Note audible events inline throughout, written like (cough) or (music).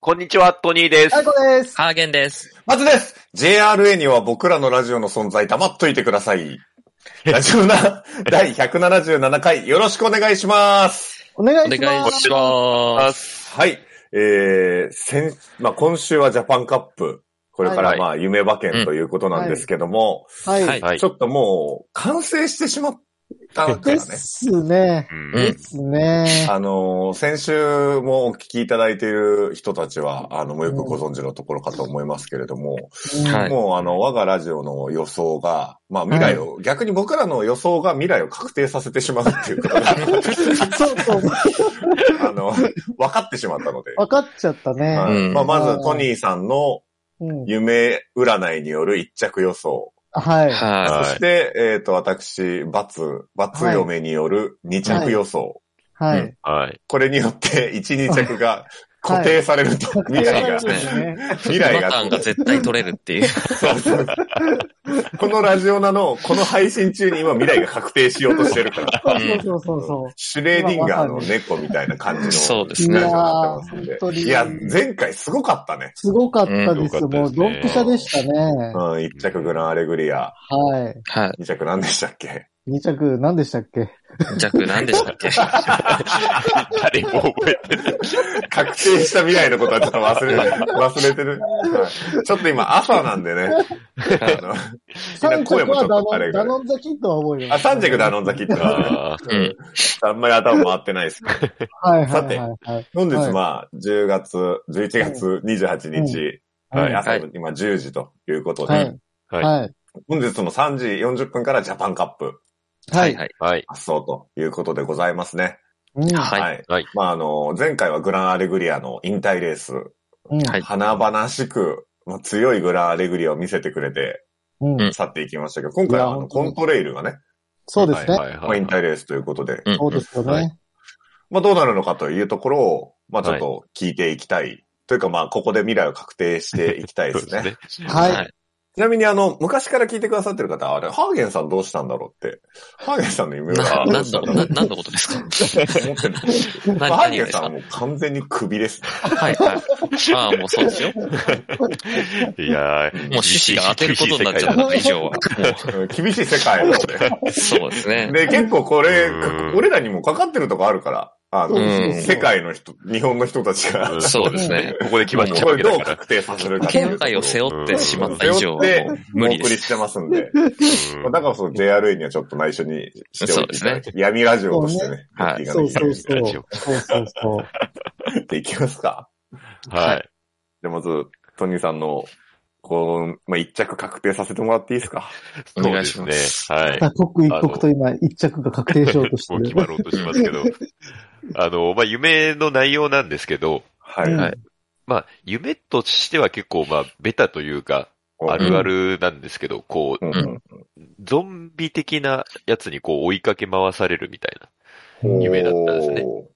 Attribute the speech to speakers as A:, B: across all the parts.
A: こんにちは、トニーです。
B: 最高です。
C: ハーゲンです。
D: まずです。JRA には僕らのラジオの存在黙っといてください。ラジオな、
A: (laughs)
D: 第177回よろしくお願いします。
B: お願
C: お
B: いし
C: 願
B: ま
C: い
B: す。
C: します。
D: はい。えー、先、まあ、今週はジャパンカップ。これから
A: はい
D: まあ、夢馬券ということなんですけども、
B: はい。
C: はい
A: はい
D: ち。ょっともう、完成してしまったから
B: で
D: ね。
B: すね。
A: うん
C: うん
B: ですね。
D: あのー先週もお聞きいただいている人たちは、あの、もうよくご存知のところかと思いますけれども、
B: うん
C: はい
D: もうあの、我がラジオの予想が、まあ未来を、逆に僕らの予想が未来を確定させてしまうってい
C: (laughs)
D: うことが、
B: そうそう。
D: あの、分かってしまったので。
B: 分かっちゃったね。
D: はい
C: うん
D: まあ、まず、トニーさんの
B: うん
D: 夢占いによる一着予想。
B: はい。
C: は
D: そして、えっ、と、私、バツ、バツ嫁による二着予想。
B: は
C: う
B: い。
A: はい。
D: これによ
C: (laughs)
D: って、一、二着が固定されると、
B: 確定
D: 未
B: さ
D: 来
B: れ
D: が、
B: るんですね。
D: 未
C: い。
D: 来
C: パ
D: が
C: ターンが絶対取れるっていう。
D: そうそう (laughs) このラジオなの、この配信中に今未来が確定しようとしてるから。
B: そうそうそうそ
D: シュレーディンガーの猫みたいな感じ
C: (laughs)
D: の。
C: そうです
B: う。い
C: ね
B: や
D: ラジオにな
B: ー
D: ってますん
B: 本
D: で
B: 当に。
D: いや、前回すごかったね。
B: すごかったです
A: う
B: よ。
A: んよ
B: も
A: かった
B: う、
A: ですね
B: ドンピシャでしたね。
D: うん、1着グランアレグリア。
B: はい。
C: は
D: 2着何でしたっけ (laughs)
B: 二着、何でしたっけ
C: い。弱何でしたっけ
A: 誰も覚えてない。
D: 確定した未来のことはちょっと
B: (laughs)
D: 忘れ、忘れてる。はいちょっと今朝なんでね。あのみん
B: 三
D: な声
B: 着
D: もち
B: は
D: ょ
B: ダ
D: っと
B: ノ
D: あ
B: ン、
D: れ
B: ダ
D: が。
B: ノンザキッドは覚
C: (laughs)
B: えて
D: あ、
B: ます
D: 3着ダノンザキッド。
A: あー
C: うん。
D: あんまり頭回ってないです。
B: はいはいはいはい。
D: 本日
B: はい
D: まあ、10月、11月28日、
B: うん
D: はい
B: うん
D: 朝の今10時ということ
B: は
D: で、
B: い。
A: は
B: はいい。はい。
D: 本日の3時40分からジャパンカップ
C: はいはい。
A: はい。
D: 発送ということでございますね。
B: うん
C: はい
A: はい。
D: まあ、あの、前回はグランアレグリアの引退レース、
B: うん
C: はい
D: 華々しく、まあ、強いグランアレグリアを見せてくれて、
B: うん
C: うん
D: 去っていきましたけど、今回はあ
B: い
D: の
B: や本当
D: コ
B: に
D: ントレイルがね、
B: そうですね。
A: はいはい
D: まあ、
A: はい
D: 引退レースということで、
C: うん
B: そうですよ
A: は
B: ね。
D: まあ、どうなるのかというところを、まあ、ちょっと聞いていきたい。というか、まあ、ここで未来を確定していきたいで
A: そう
D: す
A: です
D: ね。
A: ね。
B: はい
C: はい。
D: ちなみに、あの、昔から聞いてくださってる方は、あれ、ハーゲンさんどうしたんだろうって。ハーゲンさんの夢
C: な
D: は、
C: な
D: どうんした
C: の、
D: んだろ
C: な
D: う
C: 何のことですか
D: 思ってる。まあ
C: 何
D: ハー
C: 何
D: ゲ
C: が
D: ン
C: です
D: さんは
C: か
D: もう完全に首ですね。
C: はいはい。まあもうそうですよ。もう
A: いやー
C: 趣旨が当てることになっち
A: (laughs)
C: ゃったから以上は。も
D: うん厳しい世界なので。
C: う、そうですね。
D: で、結構これ
A: うん、
D: 俺らにもかかってるとこあるから、あの、
C: うん
D: 世界の人、日本の人たちが、
C: そうですね。
A: ここで決まっちゃう
D: こ
A: わけ
D: れど
A: だ
D: う
A: から。
D: 確定させるかっていう
C: 県外を背負ってしまった以上は
D: 背負
C: もう
D: って
C: 無理
D: お送
C: で
D: りし
C: す。
D: てますんで。
A: う
D: まあ
A: ん
D: だからその JRA にはちょっと内緒にしておいていただいて、闇ラジオとしてね、
C: そうね
D: やっていか
B: そ
D: な
B: う
D: きゃ
B: そう
D: い
B: そう。そうそうそう。
D: けないっていきますか。
A: は。
C: はい
D: で、まず、トニーさんの、こう、まあ、一着確定させてもらっていいですか
C: お願いしま
A: そうですね。はい。
B: また刻一刻と今、一着が確定しようとして
A: もう
B: る
A: 決。まろうとしますけど。あの、まあ、夢の内容なんですけど、
D: はい。
B: うん
A: はいまあ、夢としては結構、まあ、ベタというか、あるあるなんですけど、こ
D: うん。うん
A: う、ゾンビ的なやつにこう追いかけ回されるみたいな。夢だったんですね
D: お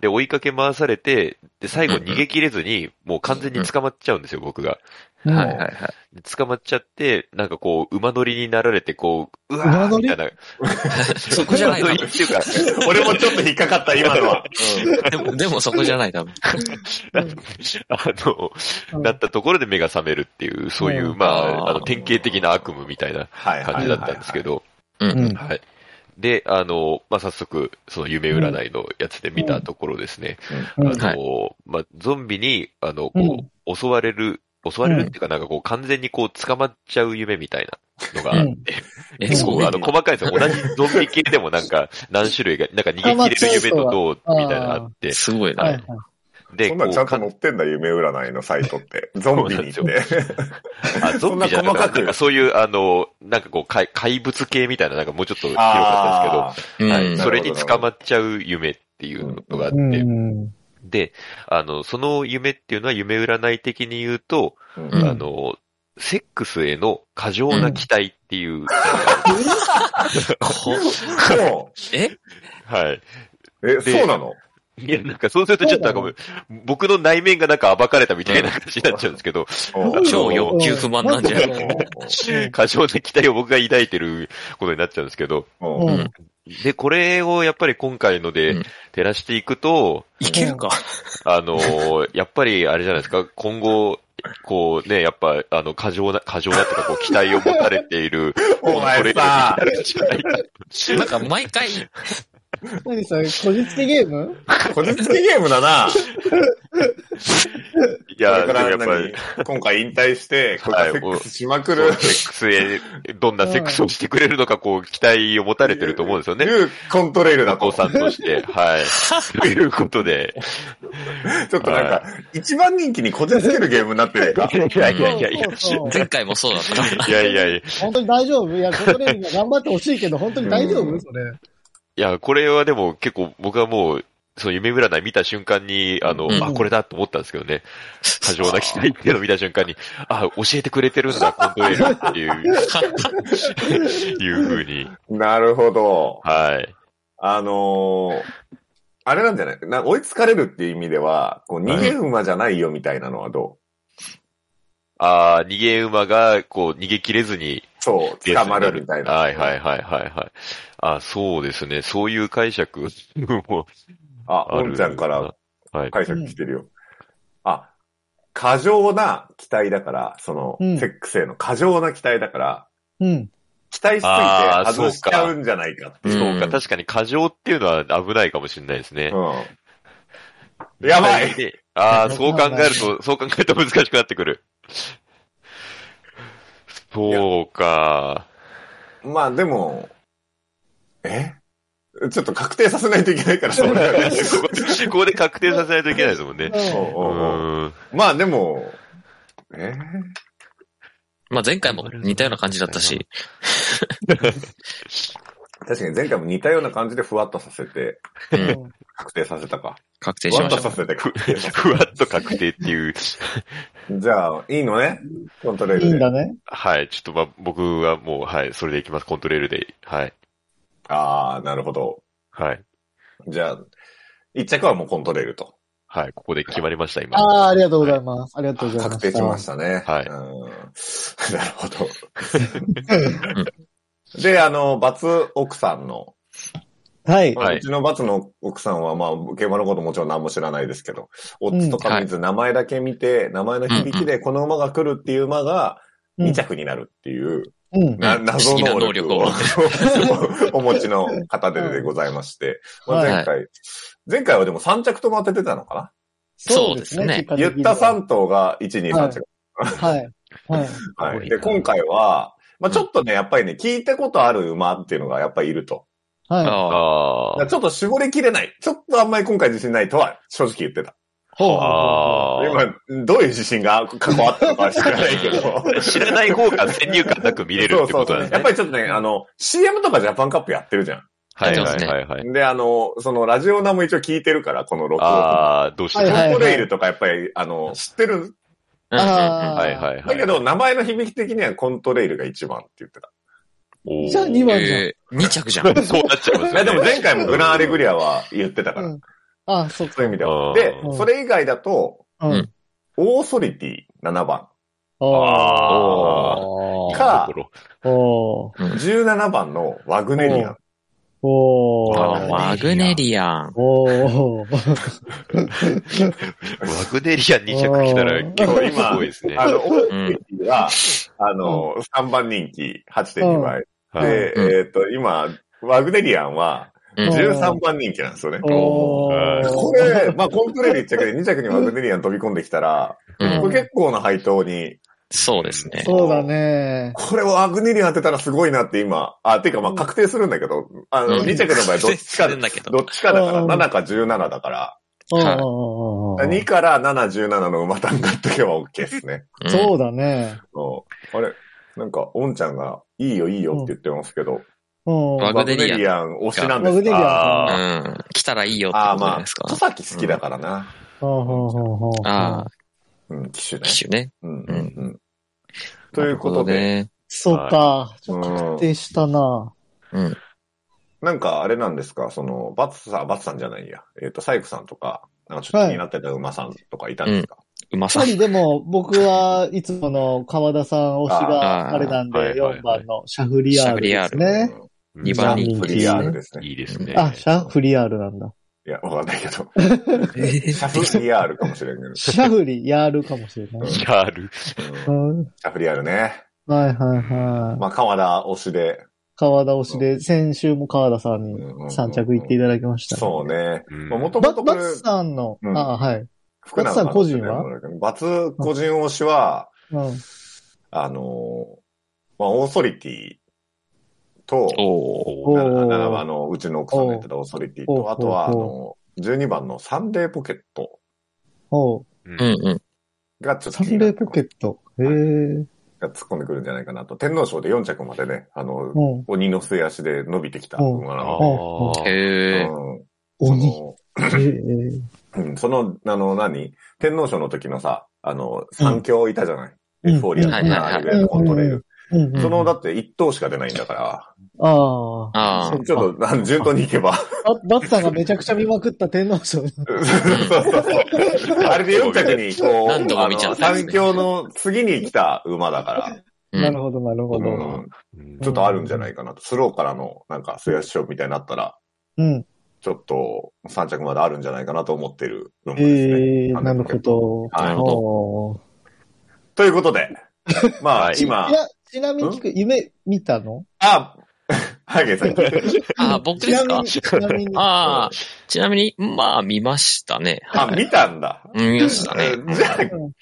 A: で、追いかけ回されて、で、最後逃げ切れずに、もう完全に捕まっちゃうんですよ、僕が。
B: うん
C: はいはいはい。
A: で捕まっちゃって、なんかこう、馬乗りになられて、こう、うわ
B: 馬乗
A: ー
B: り
A: みたいな。
C: そこじゃない
A: 馬
C: 多
A: 乗りっていうか、
C: (laughs)
D: ー俺もちょっと引っかかった、今のは。
C: 分。でも、でもそこじゃない多分。
A: あの、なったところで目が覚めるっていう、そういう、
B: うん
A: ま
C: あー
A: あ、あの、典型的な悪夢みたいな
D: はい。
A: 感じだったんですけど、
C: う。
B: うんん。
A: はい。で、あの、まあ、早速、その夢占いのやつで見たところですね、
B: うん
A: あの、まあ、ゾンビに、あの、こう、襲われる、襲われるっていうか、なんかこう、完全にこう、捕まっちゃう夢みたいなのがあって、
C: え
A: 結構、
C: そう
A: あの、細かいですよ。同じゾンビ系でもなん (laughs) か、何種類か、なんか逃げ切れる夢とどう、みたいなのあって、
C: すごいな。
B: は
A: はいい
B: はい。
A: で、
D: そん
A: こ
D: なん
A: う
D: ちゃんと
A: か
D: 載ってんだ、夢占いのサイ
A: (laughs)
D: トって。ゾンビに行って。
A: あ、ゾンビじゃな
D: そんな細か
A: く
D: く
A: て、なんかそういう、あの、なんかこう怪、怪物系みたいな、なんかもうちょっと広かったんです
D: あ
C: う
D: ー
C: ん
A: けど、はい、
D: な
A: そ
D: る
A: れ
D: ほど
A: に捕まっちゃう夢っていうのがあって、
B: うん。
A: で、あの、その夢っていうのは夢占い的に言うと、
D: (laughs) うん
C: うん
A: あの、セックスへの過剰な期待っていう、
C: こ
D: そ
C: え
A: はい。
D: う。え、
A: で
D: そうなの
A: いや、なんかそうするとちょっとなんかもう僕の内面がなんか暴かれたみたいな感じになっちゃうんですけど、
C: 超欲求不満なんじゃない
B: うん
A: 過剰な期待を僕が抱いてることになっちゃうんですけど、
D: うん
B: うん。
A: で、これをやっぱり今回ので
C: うん
A: 照らしていくと、
C: いけるか。
A: あのー、やっぱりあれじゃないですか、今後、こうね、やっぱ、あの、過剰な、過剰なとか、こう、期待を持たれている、
D: お前さ、
C: なんか毎回、
B: 何それ、こじつけゲーム
D: こじつけゲームだな。
A: い
D: こ
A: や、
D: れ
A: で
D: か
A: もや
D: ら
A: っぱ
D: 何
A: り、
D: 今回引退して、これからセックスしまくる。
A: セックスへ、どんなセックスをしてくれるのか、こう、期待を持たれてると思うんですよね。
D: ルーコントレールだ
A: 学
D: と。
A: 校
D: ち
A: さ
D: ょ
A: んとして、はい。ということで、
D: っとなんか、一番人気にこじつけるゲームになって
A: (laughs)
D: るか。
A: いやいやいやいや
B: そう、そうそう
C: 前回もそうだったな。
A: いやいやいや、い
B: 本当に大丈夫いや、ここで頑張ってほしいけど、本当に大丈
D: う
B: 夫
D: ん
B: それ。
A: や、これはでも結構僕はもう、その夢占い見た瞬間に、あの、
C: うん
A: あ、これだと思ったんですけどね。過剰な期待っていうのを見た瞬間に、あ、教えてくれてるんだ、コントレールっていう、いうふうに。
D: なるほど。
A: はい。
D: あのー、あれなんじゃないな追いつかれるっていう意味では、こう逃げ馬じゃないよみたいなのはど
A: あー逃げ馬が、こう、逃げ切れずに、
D: うそう、捕まるみたいな。
A: はいはいはいはいはい。あ、そうですね。そういう解釈も
D: あ、
A: あ
D: お
A: る。
D: んちゃんから。
A: はい。
D: 解釈来てるよ。あ、過剰な期待だから、その、
B: うん
D: セックスへの過剰な期待だから、
B: うん。
D: 期待しすぎ
A: あー
D: て外しちゃうんじゃないかっていう。
A: そうか、
C: うん
A: 確かに過剰っていうのは危ないかもしれないですね。
D: うん。やばい
A: で (laughs) ああ、そう考えると、そう考えると難しくなってくる。そうか。
D: まあでも、えちょっと確定させないといけないから、そうだよね
A: ここここで確定させないといけないですもんね。
D: おう
A: う
D: おうおう
A: ーん。
D: まあでも、え
C: まあ前回も似たような感じだったし、
D: 確かに前回も似たような感じでふわっとさせて、
C: うん、
B: うん
D: 確定させたか。
C: 確定
D: ふ
C: し
D: わっ
C: ま
D: と
C: し
D: させてか。
A: ふわっと確定っていう。
D: じゃあ、いいのねコントレー
B: いい
D: ル
B: ん
D: で。
B: だね。
A: はい。ちょっとまあ、僕はもう、はい。それでいきます。コントレールで。はい。
D: ああ、なるほど。
A: はい。
D: じゃあ、一着はもうコントレールと。
A: はい。ここで決まりました、今。
B: ああ、ありがとうございます。ありがとうございます。
D: 確定しましたね。
A: はい
D: うん (laughs) なるほど。
B: た。
D: で、あの、バツ奥さんの、
B: はい。
A: はいう
D: ちのバツの奥さんは、まあ、競馬のこともちろん何も知らないですけど、オッズとか見ず、名前だけ見て、名前の響きで、この馬が来るっていう馬
B: う
D: が、
B: ん
D: 2着になるっていう、
B: うん。
D: な
C: うん
D: 謎の能力を
C: 不
D: お持ちの方ででございまして、まあ、
B: はい
D: 前回、前回はでも3着とも当ててたのか
C: そうですね。
D: な言った3頭が1、2、3着。
B: はい。はい。
D: はい
A: はい
D: で、今回は、まあちょっとね、やっぱりね、聞いたことある馬っていうのがやっぱりいると。
C: た。
B: はい。
C: ああ
A: あー
D: だからちょっと絞りきれない。ちょっとあんまり今回自信ないとは正直言ってた。
A: あー。
D: 今、どういう自信が関わったのかは知らないけど。
A: 知らない方が先 (laughs) 入観なく見れる
D: そう
A: って
D: そ
A: こ
D: う
A: と
D: そう
A: なんです
D: やっ
A: ね
D: ぱ。りちょっとね、あの、CM とかジャパンカップやってるじゃん。
A: はい
C: やっ
A: はい
C: てますね
A: はいはい。
D: で、あの、そのラジオナも一応聞いてるから、この録音。
A: ああ、どうして
B: はい
A: も
B: はい
D: コントレイルとかやっぱり、あの、知ってる。
C: うんうんうん
A: はいはいはい。
D: だけど、名前の響き的にはコントレイルが一番って言ってた。
A: おー、
B: じゃあ2番じゃん。
C: えー、2着じゃん。うん
A: そうなっちゃいます
D: いや、
A: よね。
D: でも前回もグランアレグリアは言ってたから、
B: うんあ、そっか。
D: そういう意味で
A: う
D: は。
A: ん
D: で
B: う、ん
D: それ以外だと、
B: うん。
D: オーソリティ7番、
B: あ
A: あー
B: おー。
D: か
A: ところ
B: おー。
D: 17番のワグネリアン。
B: お
C: あー
B: ー。
C: マグネリアン。
B: おー。
A: ワグネリアン2着来たら結構すごいですね。
D: あ
A: は
D: の、オーソリティは、あの、3番人気、8.2倍。
A: い
D: で、
C: うん
D: えっと、今、ワグネリアンは
C: うん
D: 13番人気なんですよね。
B: お
A: はい
B: ー。
D: これ、まあ、コントレイル1着で2着にワグネリアン飛び込んできたら、
C: う
D: こ
C: ん。
D: れ結構な配当に、
C: そうですね。
B: そうだね。
D: これをアグネリアン当てたらすごいなって今、あ、てかまあ確定するんだけど、あ
C: う
D: の、
C: ん
D: 2着の場合どっ
C: (laughs)
D: ちか、
C: だけど。
D: どっちかだから、
B: うん
D: 7か17だから、
B: うんうん
C: はい
B: うんうん
D: 2から7、17の馬単買っとけば OK ですね。
C: うん
B: そうだね。
D: うんあれ、なんか、オンちゃんが、いいよいいよって言ってますけど、
B: うん。
C: ワグ
D: ワ
C: ネ
D: グネ
C: リアン
D: リアン推しなん
B: ワグ
D: です
B: ネリ
D: か
A: あ
B: ア
A: ー
B: ン。
C: うん。来たらいいよって
D: あ
C: こ
D: あ
C: とじゃ
D: ま
C: ない
D: あ
C: です、
D: 戸
C: か。
D: 崎好きだからな。
B: うんうんうんうんうん
C: ああ、
D: うん、機種ね。
C: 機種ね。
D: うん、うん、
C: う
D: うん。ということで、
C: ね。
B: そっか。ちょっと確定したな。
C: うん。
D: なんかあれなんですか、その、バツさん、バツさんじゃないや。えっ、と、サイクさんとか、なんかちょっと気になってた馬さんとかいたんですか、
C: うま
B: や
C: さ
B: は。りでも、僕はいつもの川田さん推しがあれなん
A: あー
B: で、
A: はいはいはい
B: 4番のシャフリヤールですね。
C: 二番人
D: フ
C: 気
D: リアールですね。
A: いいですね。
B: あ、シャフリヤールなんだ。
D: いや、わかんないけど。
C: え
D: シャフリアールかもしれん
B: (laughs)
D: けど。
B: シャフリヤールかもしれない。
A: やる。
D: うん
B: うん
D: シャフリアールね。
B: はいはいはい。
D: まあ、川田推しで。
B: 川田推しで、先週も川田さんに
D: うん
B: 3着行っていただきました。
D: そうね。
A: うん
D: まあ、もとも
B: バ
D: と
B: バツさんの、
D: うん
B: あはい。
D: 福
B: バツさん個人は
D: バツ個人推しは、
B: うん。
D: あのーまあ、オーソリティと、
C: お
B: お
C: ー
B: ー
D: 7番のうちの奥さんが言ってたオーソリティ
B: お
D: と、
B: ー
D: あとは、あ
B: お
D: の、12番のサンデーポケット
B: おう
A: う
C: うん
A: ん。
C: うん。
D: がちょっ
B: サ
D: と気
B: ン
D: にな
B: デ
D: っ
B: ーポケット。へえ。うん。
D: が突っ込んでくるんじゃないかなと。天皇賞で4着までね、あの、
B: うん。
D: 鬼の末足で伸びてきた馬な
A: あ
D: の
A: ー
D: で、
C: へえ。
D: うん
B: 鬼。ええ
D: その、うんその、あの、何天皇賞の時のさ、あの、三強いたじゃない、
B: うん
D: エフフォーリアとか、
C: うん
D: アルベルコントレール。
B: うんうん
D: その、だって1頭しか出ないんだか
B: ああ。
D: ら、
C: あ
B: そ
C: あ
B: う。
D: ちょっと、あの順当に行けば。
B: あバツさんがめちゃくちゃ見まくった天皇賞。
D: そうそうそう。あれで4着に、こう、
C: 何度も見ちゃった
D: あ
C: んです
D: の三
C: ね
D: 強の次に来た馬だから、
C: うん
B: なるほど、なるほ
D: う
B: ど。
D: ん
A: うん
D: ちょっとあるんじゃないかなと。スローからの、なんか、末足賞みたいになったら、
B: うん。
D: ちょっと、3着まであるんじゃないかなと思ってる馬です
B: え
D: ね。
B: え、なるほど。
D: なる
C: ほど
B: ほ
D: ということで、まあ、
A: はい
D: 今
B: い、や、ちなみに聞く、夢見たの
D: あ、 (laughs) ハゲさん。
C: ああ、僕です
B: ち
C: か
B: なみに、ちなみに
C: ああ、ちなみに、まあ見ましたね。
D: あ、
C: はい。
D: 見たんだ。
C: うん見ましたね。
D: うんじゃあ、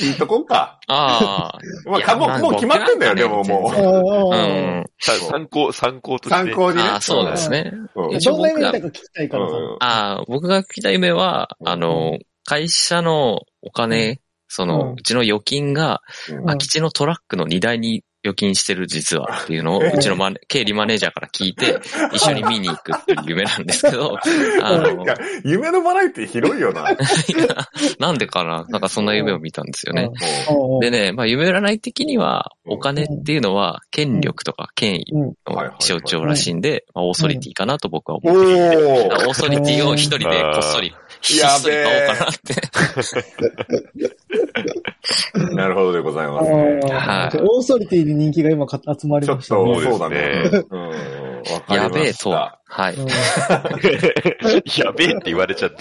D: 聞いとこうか。
C: ああ。
D: まあ、
C: いや
D: かも
C: なん
D: もう決まってんだよ、
C: 僕
D: で
C: なんかね
D: もも
B: ああ
C: う
B: ああ
C: ん。
A: さ参考、参考として。
D: 参考に
C: あ
D: ね
C: あ、そうですね。
D: う。うん
C: 一応
B: どんな
C: 僕
B: 夢
C: が
B: 見たか聞きたいからさ。
D: うん
C: ああ、僕が聞きた夢は、あの、会社のお金、その、
B: う
C: うんちの預金が、
D: うん
C: 空き地のトラックの荷台に預金してる実はっていうのを、
D: え
C: うちのマネ経理マネージャーから聞いて、一緒に見に行くっていう夢なんですけど、あの、
D: なんか夢のバラエティ広いよな。
C: (laughs) なんでかななんかそんな夢を見たんですよね。
D: も
B: うん
C: でね、まあ夢占い的には、お金っていうのは権力とか権威
B: うん
C: の象徴らしいんで、まあオーソリティかなと僕は
D: うお
C: 思っていて
D: ー
C: オーソリティを一人でこっそり、ひっそり買おうか
A: (laughs)
C: なって。
D: なるほどでござい
B: あ
D: ますね。
B: あ
C: はい
B: オーソリティに人気が今か集まり
D: ちょっ
B: ま
D: と、
B: したね。
D: そうだね。うん、わかりました
C: やべえとは。はい。
A: (laughs) やべえって言われちゃっ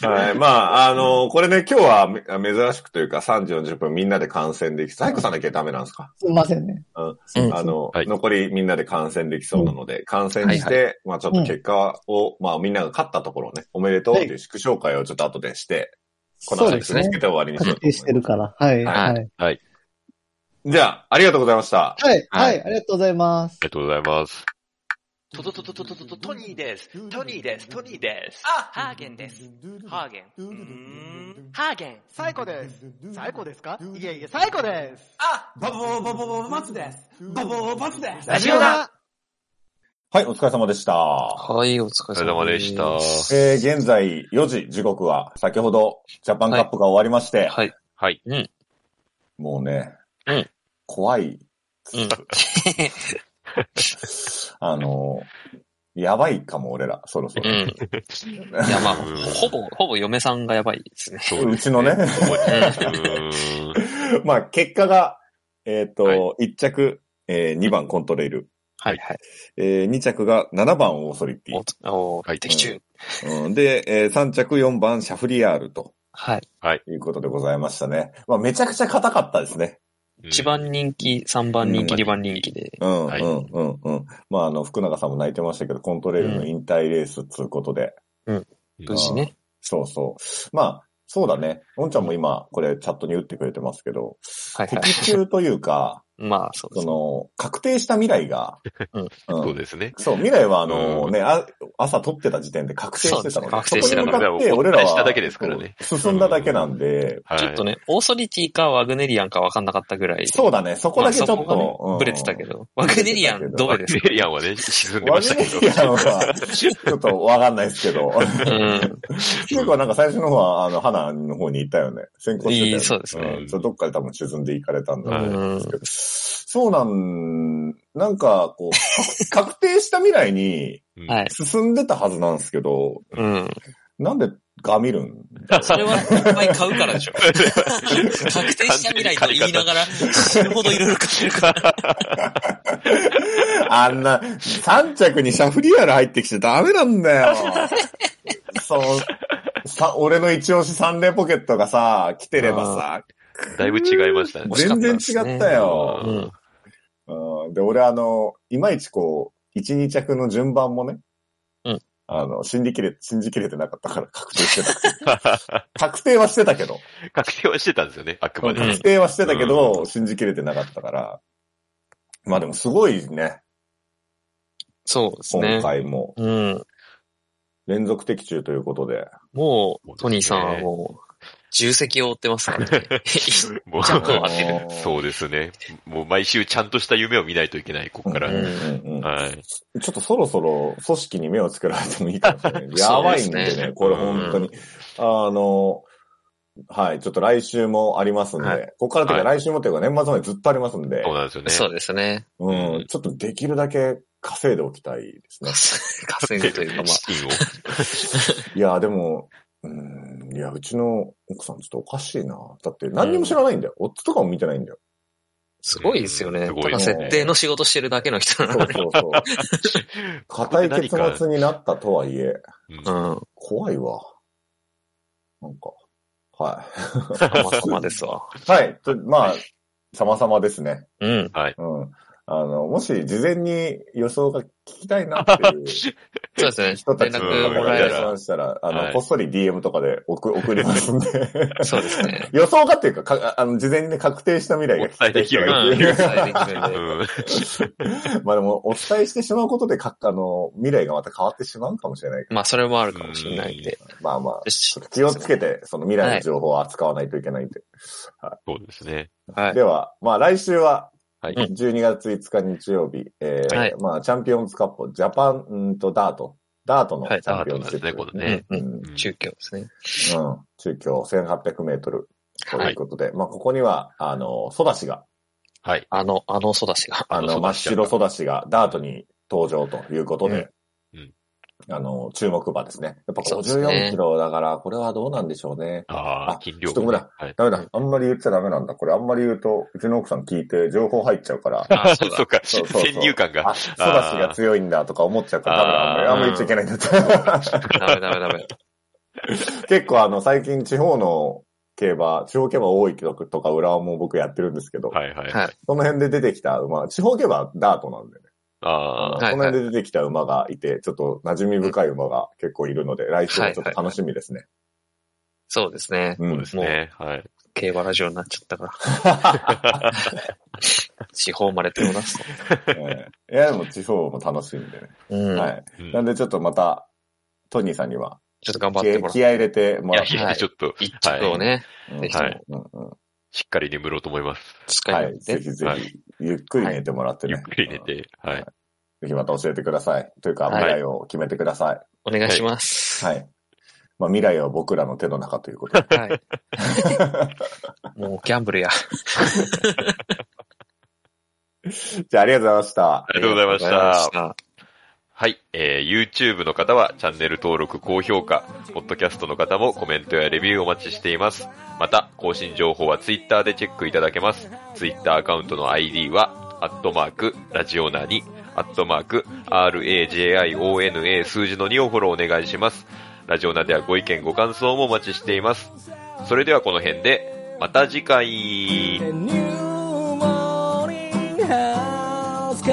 A: た。
D: はい。まあ、あの、これね、今日はめ珍しくというか、3時40分みんなで観戦でき、サイコさんだけダメなんですか
B: すいませんね。
C: うん
D: あの、
A: はい
D: 残りみんなで観戦できそうなので、観戦して、まあちょっと結果を、まあみんなが勝ったところをね、おめでとうっていう祝勝会をちょっと後でして、この
B: そうで
D: 話
B: す
D: を
B: ね
D: つ。けて終わりにしよ
B: 確
D: うと
B: 定
D: 思います
B: してるから。はい。
C: はい
B: はい。
D: じゃあ、ありがとうございました。
B: はい。
C: は
B: はいい。ありがとうございます
A: あ。りがとうございます。
E: トトトトトトトトトニーです。トニーです。トニーです。あ、ハーゲンです。ハーゲン。うーんハーゲン。
F: 最高です。最高ですかいえいえ、最高です。
E: あ、ボボボボボボツです。ボボボボツです。
F: ラジオだ
D: はい、お疲れ様でした。
C: はい、お疲
A: お
C: れ
A: 疲れ様でした。
D: えー、現在4時時刻は、先ほどジャパンカップが終わりまして、
C: はい。
A: はい。
D: もうね、
C: うん
D: 怖い、
C: うん。
D: あのーやばいかも、俺ら、そろそろ。
C: うん。いや、まあ、ほぼ、ほぼ嫁さんがやばいですね。
A: そうう
D: ちのね、
A: うん
D: (laughs) まあ、結果が、えっ、と、
A: は
D: 1着、えー、2番コントレイル、
C: はいはい。
D: えー、2着が7番オーソリティ、
C: お、お
A: はい
C: 的中。
D: うんで、えー、3着4番シャフリヤールと
C: はい。
D: いうことでございましたね。まあ、めちゃくちゃ硬かったですね。
C: 一番人気、三番人気、二番人気で。
D: うん、
A: はい
D: うん、うん、うん。まあ、あの、福永さんも泣いてましたけど、コントレイルの引退レースつうことで、
C: 無事ね。
D: そうそう。まあ、そうだね。おんちゃんも今、これチャットに打ってくれてますけど、
C: はいはい。
D: 的中というか、
C: まあ、そうで
D: そ
C: す。
D: の、確定した未来が、
C: (laughs) うん
D: うん
A: そうですね。
D: そう、未来はあの、
A: うん
D: ね、あ朝撮ってた時点で確定してたの
C: そうで
D: で、
C: すね確定してたので
D: そこに向かって俺ら
A: お
D: は
A: 伝えしただけですからね
D: そう進んだだけなんで、
A: はい
C: ちょっとね、オーソリティかワグネリアンか分かんなかったぐらい。
D: そうだね、そこだけちょっ
C: まあそこがね
D: と、うん
C: ブレてたけど。ワグネリアン、ど
A: ワ
C: れ
A: グ
C: です
A: ネ
C: か
A: リアンはね、沈んで
D: ワ
A: まし
D: グ
A: た
D: ネ
A: け
D: リアンは、ちょっとわかんないですけど。
C: うん。
D: 結構なんか最初の方は、あの、花の方に行ったよね。先行してたよ、
C: いいそうですね
D: んそうどっかで多分沈んでいかれたんだと思うんですけど。そうなん、なんか、
C: (laughs)
D: こう、か確定した未来に
C: はい。
D: 進んでたはずなんですけど、
C: うん。
D: なんでガミるん
C: それはいっぱい買うからでしょ。確定した未来と言いながら、死ぬほどいろいろ買ってるから。
D: (laughs) あんな、3着にシャフリヤール入ってきちゃダメなん
C: (laughs)
D: だよ。そう、さ、俺の一押しサンデーポケットがさ、来てればさ、
A: だいぶ違いましたね。
C: 惜しかっ
D: 全
C: たで
D: 然違
C: すね
D: ったよ。
C: うん。
D: うんで、俺あの、いまいちこう、1、2着の順番もね、
C: うん
D: あの、信じきれ、信じきれてなかったから確定してた。
C: (laughs)
D: 確定はしてたけど、
A: 確定はしてたんですよね、あくまで。
C: うん
D: 確定はしてたけど、信じきれてなかったから。まあでもすごいね、
C: そうです
D: 今
C: ね。
D: 回も。
C: うん。
D: 連続的中ということで。
C: もう、トニーさんはもう、重責を負ってますからね。
A: もう
C: ちゃんと当て
D: あのー
A: (laughs) そうですね。もう毎週ちゃんとした夢を見ないといけない、ここから。
C: うん
D: うんうん
A: はい。
D: ちょっとそろそろ組織に目をつけられてもいいかもしれない。やばい
C: そ
D: んで
C: うです
D: ね
C: ね、
D: これ本当に。あの、はい、ちょっと来週もありますんで、
C: は
D: ここからというか
A: は
D: 来週もというか年末までずっとありますんで、
A: そうなんですよね。
C: そうですね。
D: うん、ちょっとできるだけ稼いでおきたいですね。
C: 稼ぐというか、まあ、
A: 資金を。
D: いや、でも、うん、いや、うちの奥さんちょっとおかしいな。だって何にも知らないんだよ。オッズとかも見てないんだよ。
C: すごいですよね。
A: す
C: た
A: ごい
C: だ
A: です
D: ね
C: 設定の仕事してるだけの人な
D: そ
C: の
D: う
C: に。
D: そうそう。固い結末になったとはいえ、
A: うん
C: うん。
D: 怖いわ。なんか、はい。
C: 様々ですわ。
D: (laughs) はい。とまあ、様々ですね。
C: うん。
D: うん。あの、もし事前に予想が聞きたいなっていう
C: そうですね。
D: 人た
C: 連
D: ちの
C: 絡も
D: 方が
C: ら
D: い
C: え
D: らっ
C: る
D: しゃいましたら、あ
A: は
D: の、
A: い
D: こっそり DM とかで送 (laughs) 送りますんで。
C: そうですね。
D: 予想がっていうか、かあの、事前にね確定した未来が聞きたい人
A: お
C: うん。
D: が
C: お
D: い
C: 伝え
D: る。
C: できるんで
A: うん
D: (laughs) まあでも、お伝えしてしまうことで、か、あの、未来がまた変わってしまうかもしれないか
C: まあ、それもあるかもしれないんで。
D: ら。まあまあ、
C: よし
D: 気をつけて、その未来の情報を扱わないといけないんで。
A: そうですね。
C: はい。
D: では、まあ来週は、
A: はい
D: 12月5日日曜日、えー
C: はい
D: まあチャンピオンズカップ、ジャパンうんとダート、ダートのチ
C: はい
D: ャン
A: ダー
D: ピオ
A: ト
D: ン
A: なん
D: ズ
A: ですね、
D: カップ
A: これ
C: うん
A: ね。
C: うん。
A: うん
C: 中京ですね。
D: うん、中京1800メートルと
C: はい
D: いうことで、まあここには、あの、ソダシが、
A: はい。
C: あの、あの育ちが。
D: あ
A: あ
D: の、
A: の
D: 真
A: ソダ
D: っ
A: シちゃんが
D: 白ソダシがダートに登場ということで、
A: うんうん
D: あの、注目馬ですね。やっぱ
C: そうですね
D: 54キロだから、これはどうなんでしょうね。
A: あ
D: あ
A: あ、金量
D: ちょっとごめんな
A: はい。
D: ダメだ。あんまり言っちゃダメなんだ。これあんまり言うと、うちの奥さん聞いて情報入っちゃうから、
C: あ、そうだ
A: (laughs) そ。うか、
D: そうそうそう
A: 先入観が。
D: あ、ソダシが強いんだとか思っちゃうから、ダメだあんまり、あ
C: あー
D: んまり言っちゃいけないんだった。
C: (laughs) ダメダメダメ。
D: (laughs) 結構あの、最近地方の競馬、地方競馬多い曲とか裏はもう僕やってるんですけど、
A: はいはい。
C: はい
D: その辺で出てきた馬、地方競馬はダートなんでね、
A: あ
C: はい
D: その辺で出てきた馬がいて、ちょっと馴染み深い馬が結構いるので、来週もちょっと楽しみですね。
C: そうですね。
A: あ、そう
D: うん
A: ですね。はい。
C: 競馬ラジオになっちゃったから。地方まで手を出すと。
D: ええいや、でも地方も楽しいんでね。
C: うん。
D: はい。
A: うん
D: なんでちょっとまた、トニーさんには
C: ちょっと頑張っ
D: 気
C: て
D: 合
C: もらっ
D: 気合入れても
A: い
D: ら
A: や
D: っ
A: いや、
C: は
A: (laughs)
C: い
A: ちょっと、
C: 一着をね、
D: て。
C: はい
D: うんうんうん
A: しっかり眠ろうと思います。
C: 使
D: はいい、
C: で
D: ぜひぜ
A: は
D: ひ、ゆっくり寝てもらってね。
A: ゆっくり寝て。はい。
D: うん。ぜひまた教えてください。というか、
C: はい
D: 未来を決めてください。
C: お願いします。
D: はい。まあ、未来は僕らの手の中ということで。 (laughs)
C: はい。もうギャンブルや。
D: じゃあ、ありがとうございました
A: あ。りがとうございまし
C: ありがとうござ
A: た
C: いま。した。
A: はい。えー、YouTube の方はチャンネル登録、高評価、Podcast の方もコメントやレビューお待ちしています。また、更新情報は Twitter でチェックいただけます。Twitter アカウントの ID は、アットマーク、ラジオナに、アットマーク、RAJIONA 数字の2をフォローお願いします。ラジオナではご意見、ご感想もお待ちしています。それではこの辺で、また次回。
G: ニューモーニングハウスか